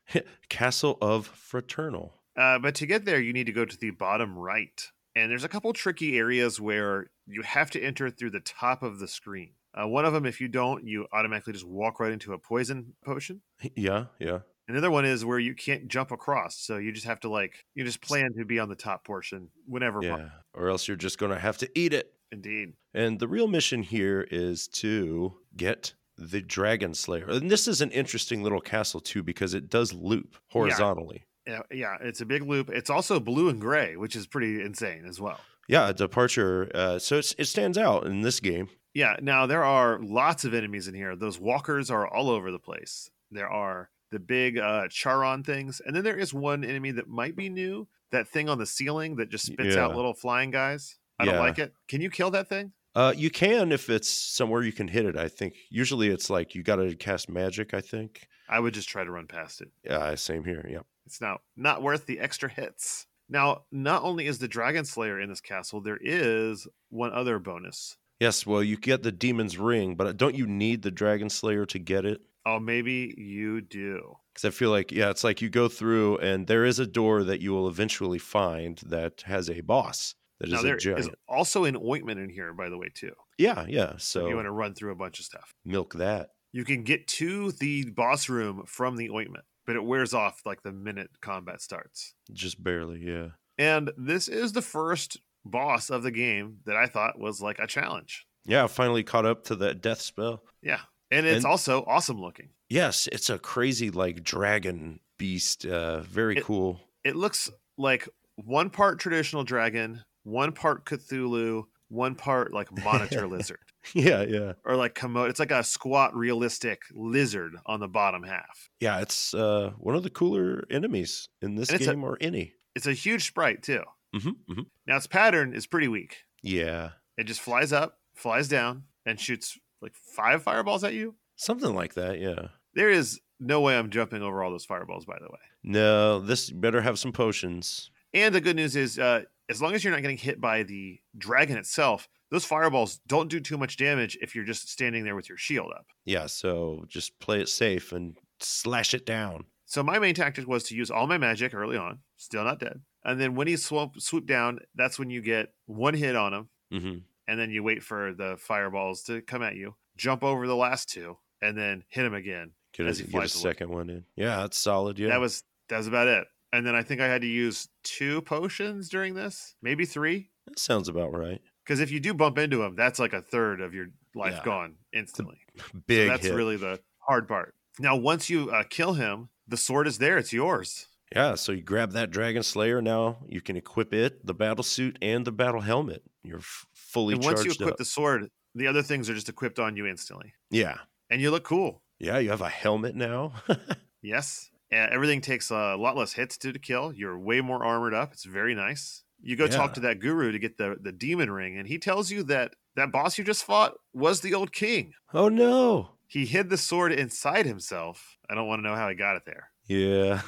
Speaker 3: Castle of Fraternal.
Speaker 1: Uh, but to get there, you need to go to the bottom right. And there's a couple tricky areas where you have to enter through the top of the screen. Uh, one of them, if you don't, you automatically just walk right into a poison potion.
Speaker 3: Yeah, yeah.
Speaker 1: Another one is where you can't jump across, so you just have to like you just plan to be on the top portion whenever. po-
Speaker 3: Yeah, or else you're just going to have to eat it.
Speaker 1: Indeed.
Speaker 3: And the real mission here is to get the dragon slayer. And this is an interesting little castle too because it does loop horizontally.
Speaker 1: Yeah, yeah, it's a big loop. It's also blue and gray, which is pretty insane as well.
Speaker 3: Yeah, departure. Uh, so it's, it stands out in this game.
Speaker 1: Yeah, now there are lots of enemies in here. Those walkers are all over the place. There are the big uh, Charon things, and then there is one enemy that might be new. That thing on the ceiling that just spits out
Speaker 3: Yeah.
Speaker 1: little flying guys. I
Speaker 3: Yeah.
Speaker 1: don't like it. Can you kill that thing?
Speaker 3: Uh, you can if it's somewhere you can hit it. I think usually it's like you got to cast magic. I think.
Speaker 1: I would just try to run past it.
Speaker 3: Yeah, same here. Yeah.
Speaker 1: It's not not worth the extra hits. Now, not only is the Dragon Slayer in this castle, there is one other bonus.
Speaker 3: Yes. Well, you get the demon's ring, but don't you need the dragon slayer to get it?
Speaker 1: Oh, maybe you do.
Speaker 3: Because I feel like, yeah, it's like you go through and there is a door that you will eventually find that has a boss that is
Speaker 1: now there
Speaker 3: a
Speaker 1: is
Speaker 3: giant.
Speaker 1: also an ointment in here, by the way, too.
Speaker 3: Yeah, yeah. So
Speaker 1: If you want to run through a bunch of stuff.
Speaker 3: milk that.
Speaker 1: You can get to the boss room from the ointment, but it wears off like the minute combat starts.
Speaker 3: Just barely, yeah.
Speaker 1: And this is the first boss of the game that I thought was like a challenge.
Speaker 3: Yeah, I finally caught up to that death spell.
Speaker 1: Yeah. And it's
Speaker 3: And-
Speaker 1: also awesome looking.
Speaker 3: Yes, it's a crazy like dragon beast. Uh very
Speaker 1: It-
Speaker 3: cool.
Speaker 1: it looks like one part traditional dragon, one part Cthulhu, one part like monitor lizard
Speaker 3: Yeah, yeah.
Speaker 1: or like Komodo. It's like a squat, realistic lizard on the bottom half.
Speaker 3: Yeah, it's uh one of the cooler enemies in this
Speaker 1: And it's a-
Speaker 3: game or any.
Speaker 1: It's a huge sprite, too.
Speaker 3: hmm hmm
Speaker 1: Now, its pattern is pretty weak.
Speaker 3: Yeah.
Speaker 1: It just flies up, flies down, and shoots like five fireballs at you.
Speaker 3: Something like that, yeah.
Speaker 1: There is no way I'm jumping over all those fireballs, by the way.
Speaker 3: No, this better have some potions.
Speaker 1: And the good news is, uh, as long as you're not getting hit by the dragon itself, those fireballs don't do too much damage if you're just standing there with your shield up.
Speaker 3: Yeah, so just play it safe and slash it down.
Speaker 1: So my main tactic was to use all my magic early on, still not dead. And then when he swoop swoop down, that's when you get one hit on him,
Speaker 3: Mm-hmm.
Speaker 1: and then you wait for the fireballs to come at you, jump over the last two, and then hit him again.
Speaker 3: Get
Speaker 1: As
Speaker 3: a,
Speaker 1: he
Speaker 3: get a
Speaker 1: flies away.
Speaker 3: second one in. Yeah, that's solid. Yeah.
Speaker 1: That was that was about it. And then I think I had to use two potions during this, maybe three,
Speaker 3: that sounds about right.
Speaker 1: because if you do bump into him, that's like a third of your life
Speaker 3: Yeah.
Speaker 1: gone instantly.
Speaker 3: Big
Speaker 1: that's
Speaker 3: hit.
Speaker 1: really the hard part. Now, once you uh, kill him, the sword is there; it's yours.
Speaker 3: Yeah, so you grab that Dragon Slayer. Now you can equip it, the battle suit, and the battle helmet. You're f- fully
Speaker 1: and
Speaker 3: charged
Speaker 1: once you equip
Speaker 3: up.
Speaker 1: the sword, the other things are just equipped on you instantly,
Speaker 3: yeah,
Speaker 1: and you look cool.
Speaker 3: yeah, you have a helmet now.
Speaker 1: Yes, and everything takes a lot less hits to, to kill. You're way more armored up. It's very nice. You go
Speaker 3: Yeah.
Speaker 1: talk to that guru to get the the demon ring, and he tells you that that boss you just fought was the old king.
Speaker 3: oh no!
Speaker 1: He hid the sword inside himself. I don't want to know how he got it there.
Speaker 3: Yeah,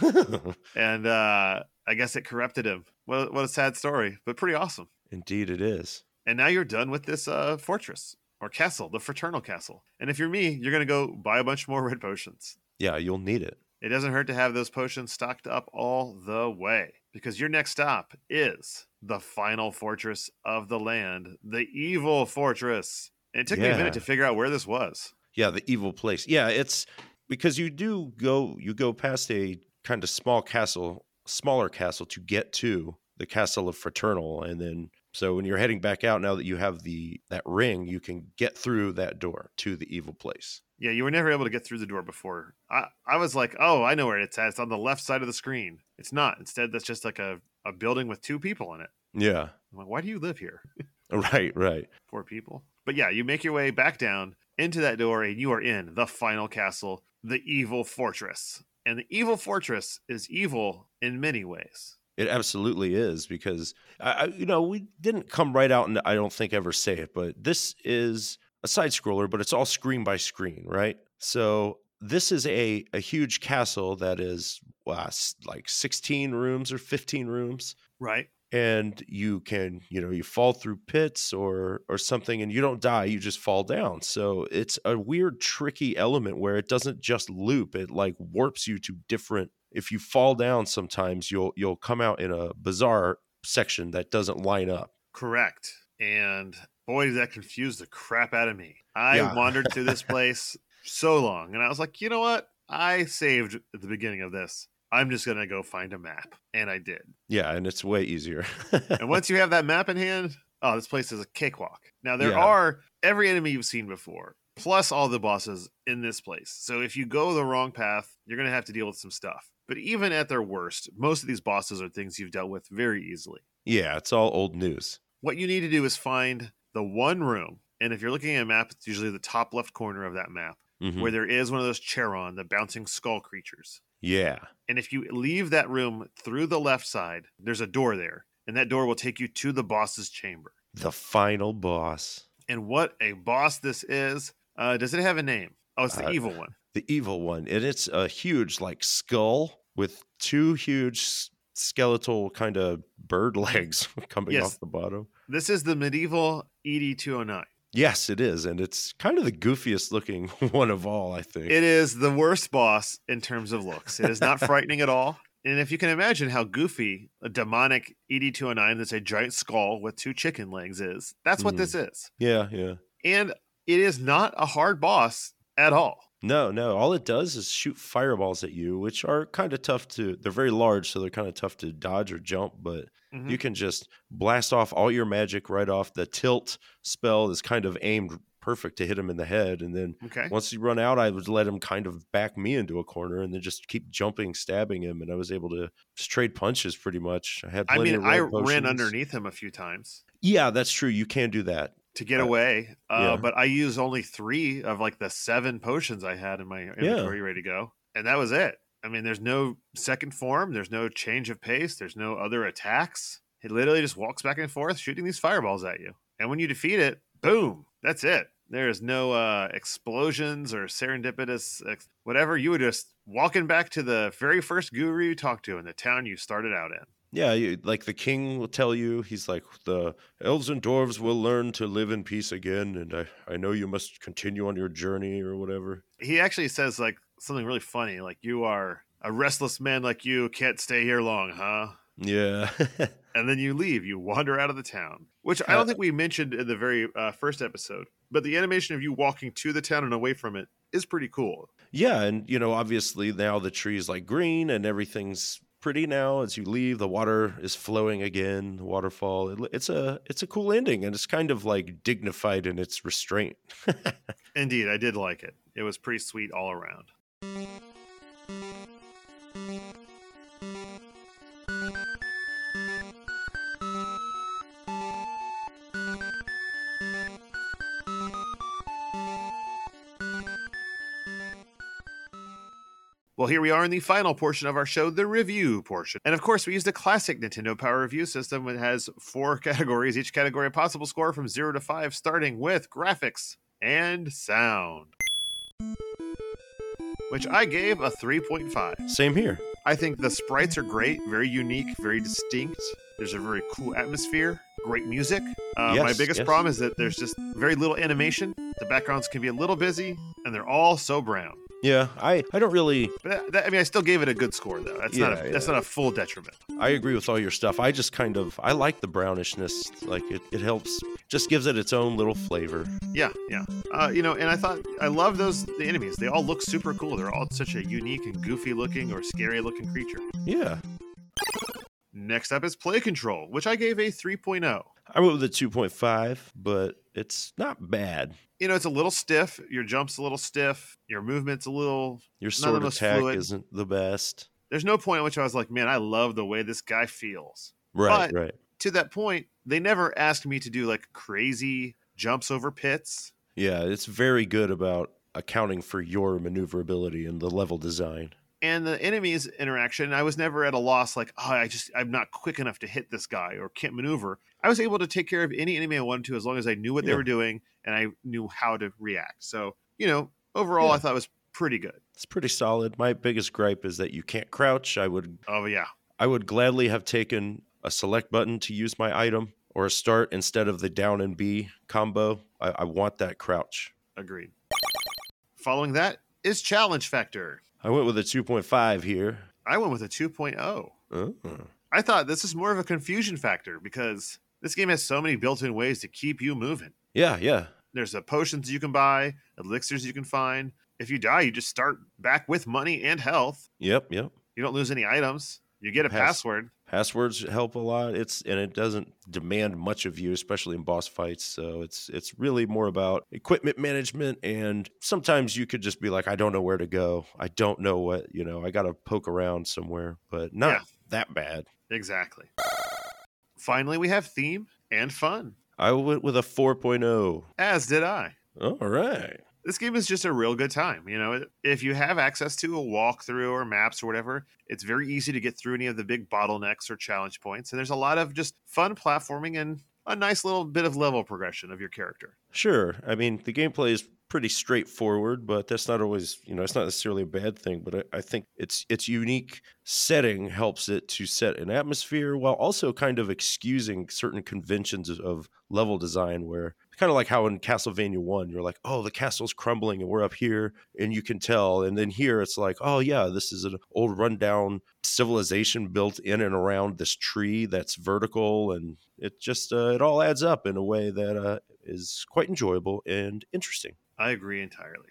Speaker 1: And uh, I guess it corrupted him. What, a- what a sad story, but pretty awesome.
Speaker 3: indeed it is.
Speaker 1: and now you're done with this uh, fortress or castle, the fraternal castle. And if you're me, you're gonna go buy a bunch more red potions.
Speaker 3: Yeah, you'll need it.
Speaker 1: It doesn't hurt to have those potions stocked up all the way because your next stop is the final fortress of the land, the evil fortress. And it took me a
Speaker 3: Yeah.
Speaker 1: minute to figure out where this was.
Speaker 3: Yeah, the evil place. Yeah, it's because you do go you go past a kind of small castle, smaller castle to get to the castle of Fraternal, and then so when you're heading back out now that you have the that ring, you can get through that door to the evil place.
Speaker 1: Yeah, you were never able to get through the door before. I, I was like, oh, I know where it's at. It's on the left side of the screen. It's not. Instead, that's just like a, a building with two people in it.
Speaker 3: Yeah.
Speaker 1: I'm like, why do you live here?
Speaker 3: Right, right.
Speaker 1: Poor people. But yeah, you make your way back down into that door and you are in the final castle, the evil fortress. And the evil fortress is evil in many ways.
Speaker 3: It absolutely is because I, I you know, we didn't come right out and I don't think ever say it, but this is a side scroller, but it's all screen by screen, right? So this is a a huge castle that is uh, s- like 16 rooms or 15 rooms
Speaker 1: Right?
Speaker 3: and you can you know you fall through pits or or something and you don't die you just fall down so it's a weird tricky element where it doesn't just loop it like warps you to different if you fall down sometimes you'll you'll come out in a bizarre section that doesn't line up
Speaker 1: Correct. And boy, did that confuse the crap out of me. I
Speaker 3: Yeah.
Speaker 1: wandered through this place so long and I was like, you know what? I saved at the beginning of this. I'm just going to go find a map. And I did.
Speaker 3: yeah and it's way easier
Speaker 1: and once you have that map in hand, oh, this place is a cakewalk. Now there
Speaker 3: Yeah.
Speaker 1: are every enemy you've seen before, plus all the bosses in this place. So if you go the wrong path, you're gonna have to deal with some stuff. But even at their worst, most of these bosses are things you've dealt with very easily.
Speaker 3: yeah it's all old news
Speaker 1: What you need to do is find the one room, and if you're looking at a map, it's usually the top left corner of that map
Speaker 3: Mhm.
Speaker 1: where there is one of those Charon, the bouncing skull creatures.
Speaker 3: yeah
Speaker 1: And if you leave that room through the left side, there's a door there, and that door will take you to the boss's chamber.
Speaker 3: the final boss
Speaker 1: and what a boss this is. Uh, does it have a name? Oh, it's the
Speaker 3: Uh,
Speaker 1: evil one.
Speaker 3: the evil one and it's a huge like skull with two huge s- skeletal kind of bird legs coming
Speaker 1: Yes.
Speaker 3: off the bottom
Speaker 1: This is the medieval E ED 209.
Speaker 3: yes it is and it's kind of the goofiest looking one of all i think
Speaker 1: It is the worst boss in terms of looks. It is not frightening at all. And if you can imagine how goofy a demonic E ED 209 that's a giant skull with two chicken legs is, that's what
Speaker 3: Mhm.
Speaker 1: this is.
Speaker 3: yeah yeah
Speaker 1: And it is not a hard boss at all.
Speaker 3: no no all it does is shoot fireballs at you which are kind of tough to they're very large so they're kind of tough to dodge or jump but
Speaker 1: Mhm.
Speaker 3: you can just blast off all your magic right off the tilt spell is kind of aimed perfect to hit him in the head and then
Speaker 1: okay.
Speaker 3: once you run out, I would let him kind of back me into a corner and then just keep jumping, stabbing him. And I was able to just trade punches pretty much. I had.
Speaker 1: I
Speaker 3: plenty
Speaker 1: mean,
Speaker 3: of
Speaker 1: I
Speaker 3: red
Speaker 1: ran
Speaker 3: potions.
Speaker 1: underneath him a few times.
Speaker 3: Yeah, that's true. You can do that.
Speaker 1: to get
Speaker 3: Uh,
Speaker 1: away. Uh,
Speaker 3: yeah.
Speaker 1: But I used only three of like the seven potions I had in my inventory ready to go, and that was it. I mean, there's no second form, there's no change of pace, there's no other attacks. It literally just walks back and forth, shooting these fireballs at you. And when you defeat it, boom, that's it. There is no uh, explosions or serendipitous ex- whatever. You were just walking back to the very first guru you talked to in the town you started out in.
Speaker 3: Yeah, you, like the king will tell you, he's like, the elves and dwarves will learn to live in peace again, and I, I know you must continue on your journey or whatever.
Speaker 1: He actually says like something really funny, like you are a restless man like you can't stay here long, huh?
Speaker 3: Yeah.
Speaker 1: and then you leave. You wander out of the town, which I don't think we mentioned in the very uh, first episode. But the animation of you walking to the town and away from it is pretty cool.
Speaker 3: yeah, and you know, obviously now the tree is like green and everything's pretty now as you leave. The water is flowing again, the waterfall. It, it's a it's a cool ending and it's kind of like dignified in its restraint.
Speaker 1: Indeed, I did like it. It was pretty sweet all around. Well, here we are in the final portion of our show, the review portion. And of course, we used a classic Nintendo Power Review system that has four categories, each category a possible score from zero to five, starting with graphics and sound, which I gave a 3.5.
Speaker 3: Same here.
Speaker 1: I think the sprites are great, very unique, very distinct. There's a very cool atmosphere, great music. Uh, my
Speaker 3: Yes,
Speaker 1: biggest
Speaker 3: yes.
Speaker 1: problem is that there's just very little animation. The backgrounds can be a little busy, and they're all so brown.
Speaker 3: Yeah, I I don't really
Speaker 1: But that, that- I mean, I still gave it a good score though. That's not a,
Speaker 3: Yeah,
Speaker 1: that's
Speaker 3: yeah.
Speaker 1: not a full detriment.
Speaker 3: I agree with all your stuff. I just kind of I like the brownishness. Like it, it helps just gives it its own little flavor.
Speaker 1: Yeah, yeah. Uh, you know, and I thought I love those the enemies. They all look super cool. They're all such a unique and goofy looking or scary looking creature.
Speaker 3: Yeah.
Speaker 1: Next up is play control, which I gave a oh. 3.0.
Speaker 3: I went with a 2.5, but it's not bad.
Speaker 1: You know, it's a little stiff. Your jump's a little stiff. Your movement's a little
Speaker 3: Your
Speaker 1: None of
Speaker 3: sword
Speaker 1: us
Speaker 3: attack
Speaker 1: fluid.
Speaker 3: isn't the best.
Speaker 1: there's no point at which I was like, man, I love the way this guy feels.
Speaker 3: Right,
Speaker 1: But-
Speaker 3: right.
Speaker 1: To that point, they never asked me to do like crazy jumps over pits.
Speaker 3: Yeah, it's very good about accounting for your maneuverability and the level design.
Speaker 1: And the enemies interaction, I was never at a loss like, oh, I just, I'm not quick enough to hit this guy or can't maneuver. I was able to take care of any enemy I wanted to as long as I knew what they
Speaker 3: Yeah.
Speaker 1: were doing and I knew how to react. So, you know, overall, I
Speaker 3: Yeah.
Speaker 1: thought it was pretty good.
Speaker 3: It's pretty solid. My biggest gripe is that you can't crouch. I would
Speaker 1: Oh, yeah.
Speaker 3: I would gladly have taken a select button to use my item or a start instead of the down and B combo. I, I want that crouch.
Speaker 1: Agreed. Following that is challenge factor.
Speaker 3: I went with a 2.5 here.
Speaker 1: I went with a 2.0.
Speaker 3: Oh.
Speaker 1: I thought this is more of a confusion factor because this game has so many built-in ways to keep you moving.
Speaker 3: Yeah, yeah.
Speaker 1: There's uh, potions you can buy, elixirs you can find. If you die, you just start back with money and health.
Speaker 3: Yep, yep.
Speaker 1: You don't lose any items. You get a
Speaker 3: Pass-
Speaker 1: password.
Speaker 3: Passwords help a lot. It's and it doesn't demand much of you, especially in boss fights. So it's it's really more about equipment management and sometimes you could just be like, I don't know where to go. I don't know what, you know, I gotta poke around somewhere, but not
Speaker 1: Yeah.
Speaker 3: that bad.
Speaker 1: Exactly. Finally, we have theme and fun,
Speaker 3: I went with a 4.0.
Speaker 1: as did I.
Speaker 3: All right.
Speaker 1: This game is just a real good time. You know, if you have access to a walkthrough or maps or whatever, it's very easy to get through any of the big bottlenecks or challenge points. And there's a lot of just fun platforming and a nice little bit of level progression of your character.
Speaker 3: Sure. I mean, the gameplay is pretty straightforward, but that's not always, you know, it's not necessarily a bad thing. But I, I think its its unique setting helps it to set an atmosphere while also kind of excusing certain conventions of level design, where kind of like how in Castlevania One, you're like, oh, the castle's crumbling and we're up here, and you can tell. And then here, it's like, oh yeah, this is an old rundown civilization built in and around this tree that's vertical, and it just uh, it all adds up in a way that uh, is quite enjoyable and interesting.
Speaker 1: I agree entirely.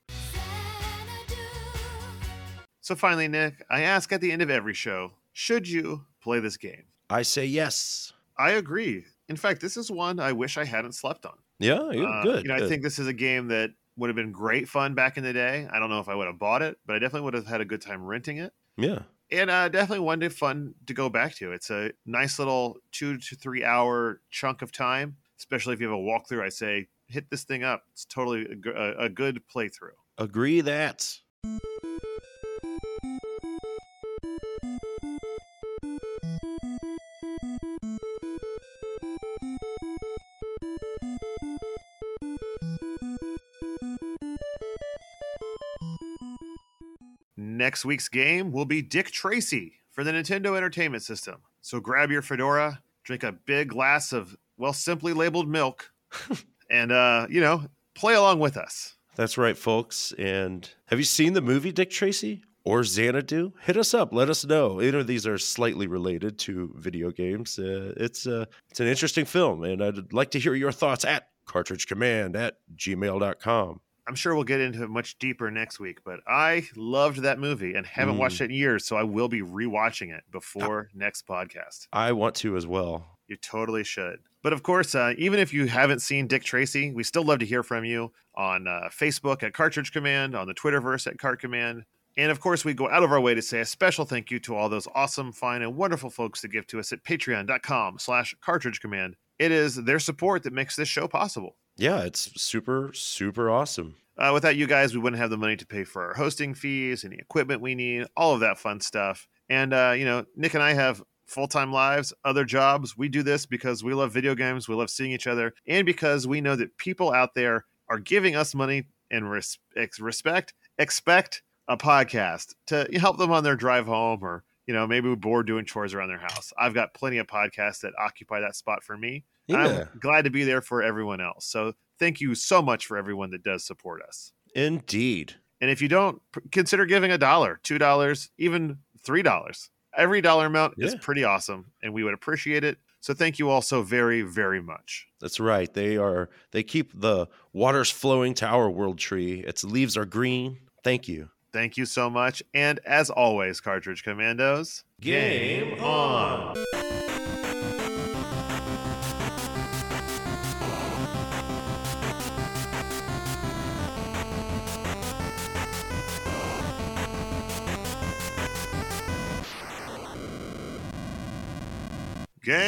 Speaker 1: So finally, Nick, I ask at the end of every show, should you play this game?
Speaker 3: I say yes.
Speaker 1: I agree. In fact, this is one I wish I hadn't slept on.
Speaker 3: Yeah, yeah,
Speaker 1: Uh,
Speaker 3: Oh, good.
Speaker 1: You know, I
Speaker 3: good.
Speaker 1: think this is a game that would have been great fun back in the day. I don't know if I would have bought it, but I definitely would have had a good time renting it.
Speaker 3: yeah,
Speaker 1: and uh, definitely one to fun to go back to. It's a nice little two to three hour chunk of time, especially if you have a walkthrough. I say hit this thing up. It's totally a, g- a- a good playthrough.
Speaker 3: agree that.
Speaker 1: Next week's game will be Dick Tracy for the Nintendo Entertainment System. So grab your fedora, drink a big glass of, well, simply labeled milk, and, uh, you know, play along with us.
Speaker 3: That's right, folks. And have you seen the movie Dick Tracy or Xanadu? Hit us up. Let us know. Either of these are slightly related to video games. Uh, it's uh, it's an interesting film, and I'd like to hear your thoughts at cartridgecommand at gmail.com.
Speaker 1: I'm sure we'll get into it much deeper next week, but I loved that movie and haven't
Speaker 3: Mm.
Speaker 1: watched it in years, so I will be rewatching it before next podcast.
Speaker 3: I want to as well.
Speaker 1: You totally should. But of course, uh, even if you haven't seen Dick Tracy, we still love to hear from you on uh, Facebook at Cartridge Command, on the Twitterverse at Cart Command. And of course, we go out of our way to say a special thank you to all those awesome, fine, and wonderful folks that give to us at patreon.com slash cartridge command. It is their support that makes this show possible.
Speaker 3: Yeah, it's super, super awesome.
Speaker 1: Uh, without you guys, we wouldn't have the money to pay for our hosting fees, any equipment we need, all of that fun stuff. And, uh, you know, Nick and I have full time lives, other jobs. We do this because we love video games, we love seeing each other, and because we know that people out there are giving us money and res- ex- respect, expect a podcast to help them on their drive home or, you know, maybe we're bored doing chores around their house. I've got plenty of podcasts that occupy that spot for me.
Speaker 3: Yeah.
Speaker 1: I'm glad to be there for everyone else. So thank you so much for everyone that does support us.
Speaker 3: Indeed.
Speaker 1: And if you don't, p- consider giving a dollar, two dollars, even three dollars. Every dollar amount is
Speaker 3: Yeah.
Speaker 1: pretty awesome, and we would appreciate it. So thank you all so very, very much.
Speaker 3: That's right. They are they keep the waters flowing to our world tree. Its leaves are green. Thank you.
Speaker 1: Thank you so much. And as always, Cartridge Commandos.
Speaker 3: Game on.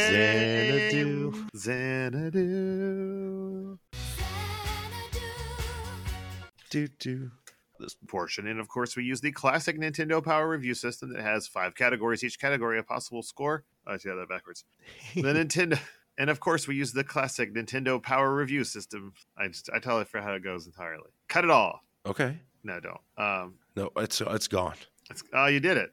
Speaker 1: Game.
Speaker 3: Xanadu.
Speaker 1: Xanadu.
Speaker 3: Do do.
Speaker 1: this portion. And of course, we use the classic Nintendo Power Review System that has five categories, each category a possible score. I see that backwards. The Nintendo, and of course, we use the classic Nintendo Power Review System. I just I totally forgot how it goes entirely. Cut it all.
Speaker 3: Okay.
Speaker 1: No, don't. Um,
Speaker 3: No, it's it's gone.
Speaker 1: it's, oh, you did it.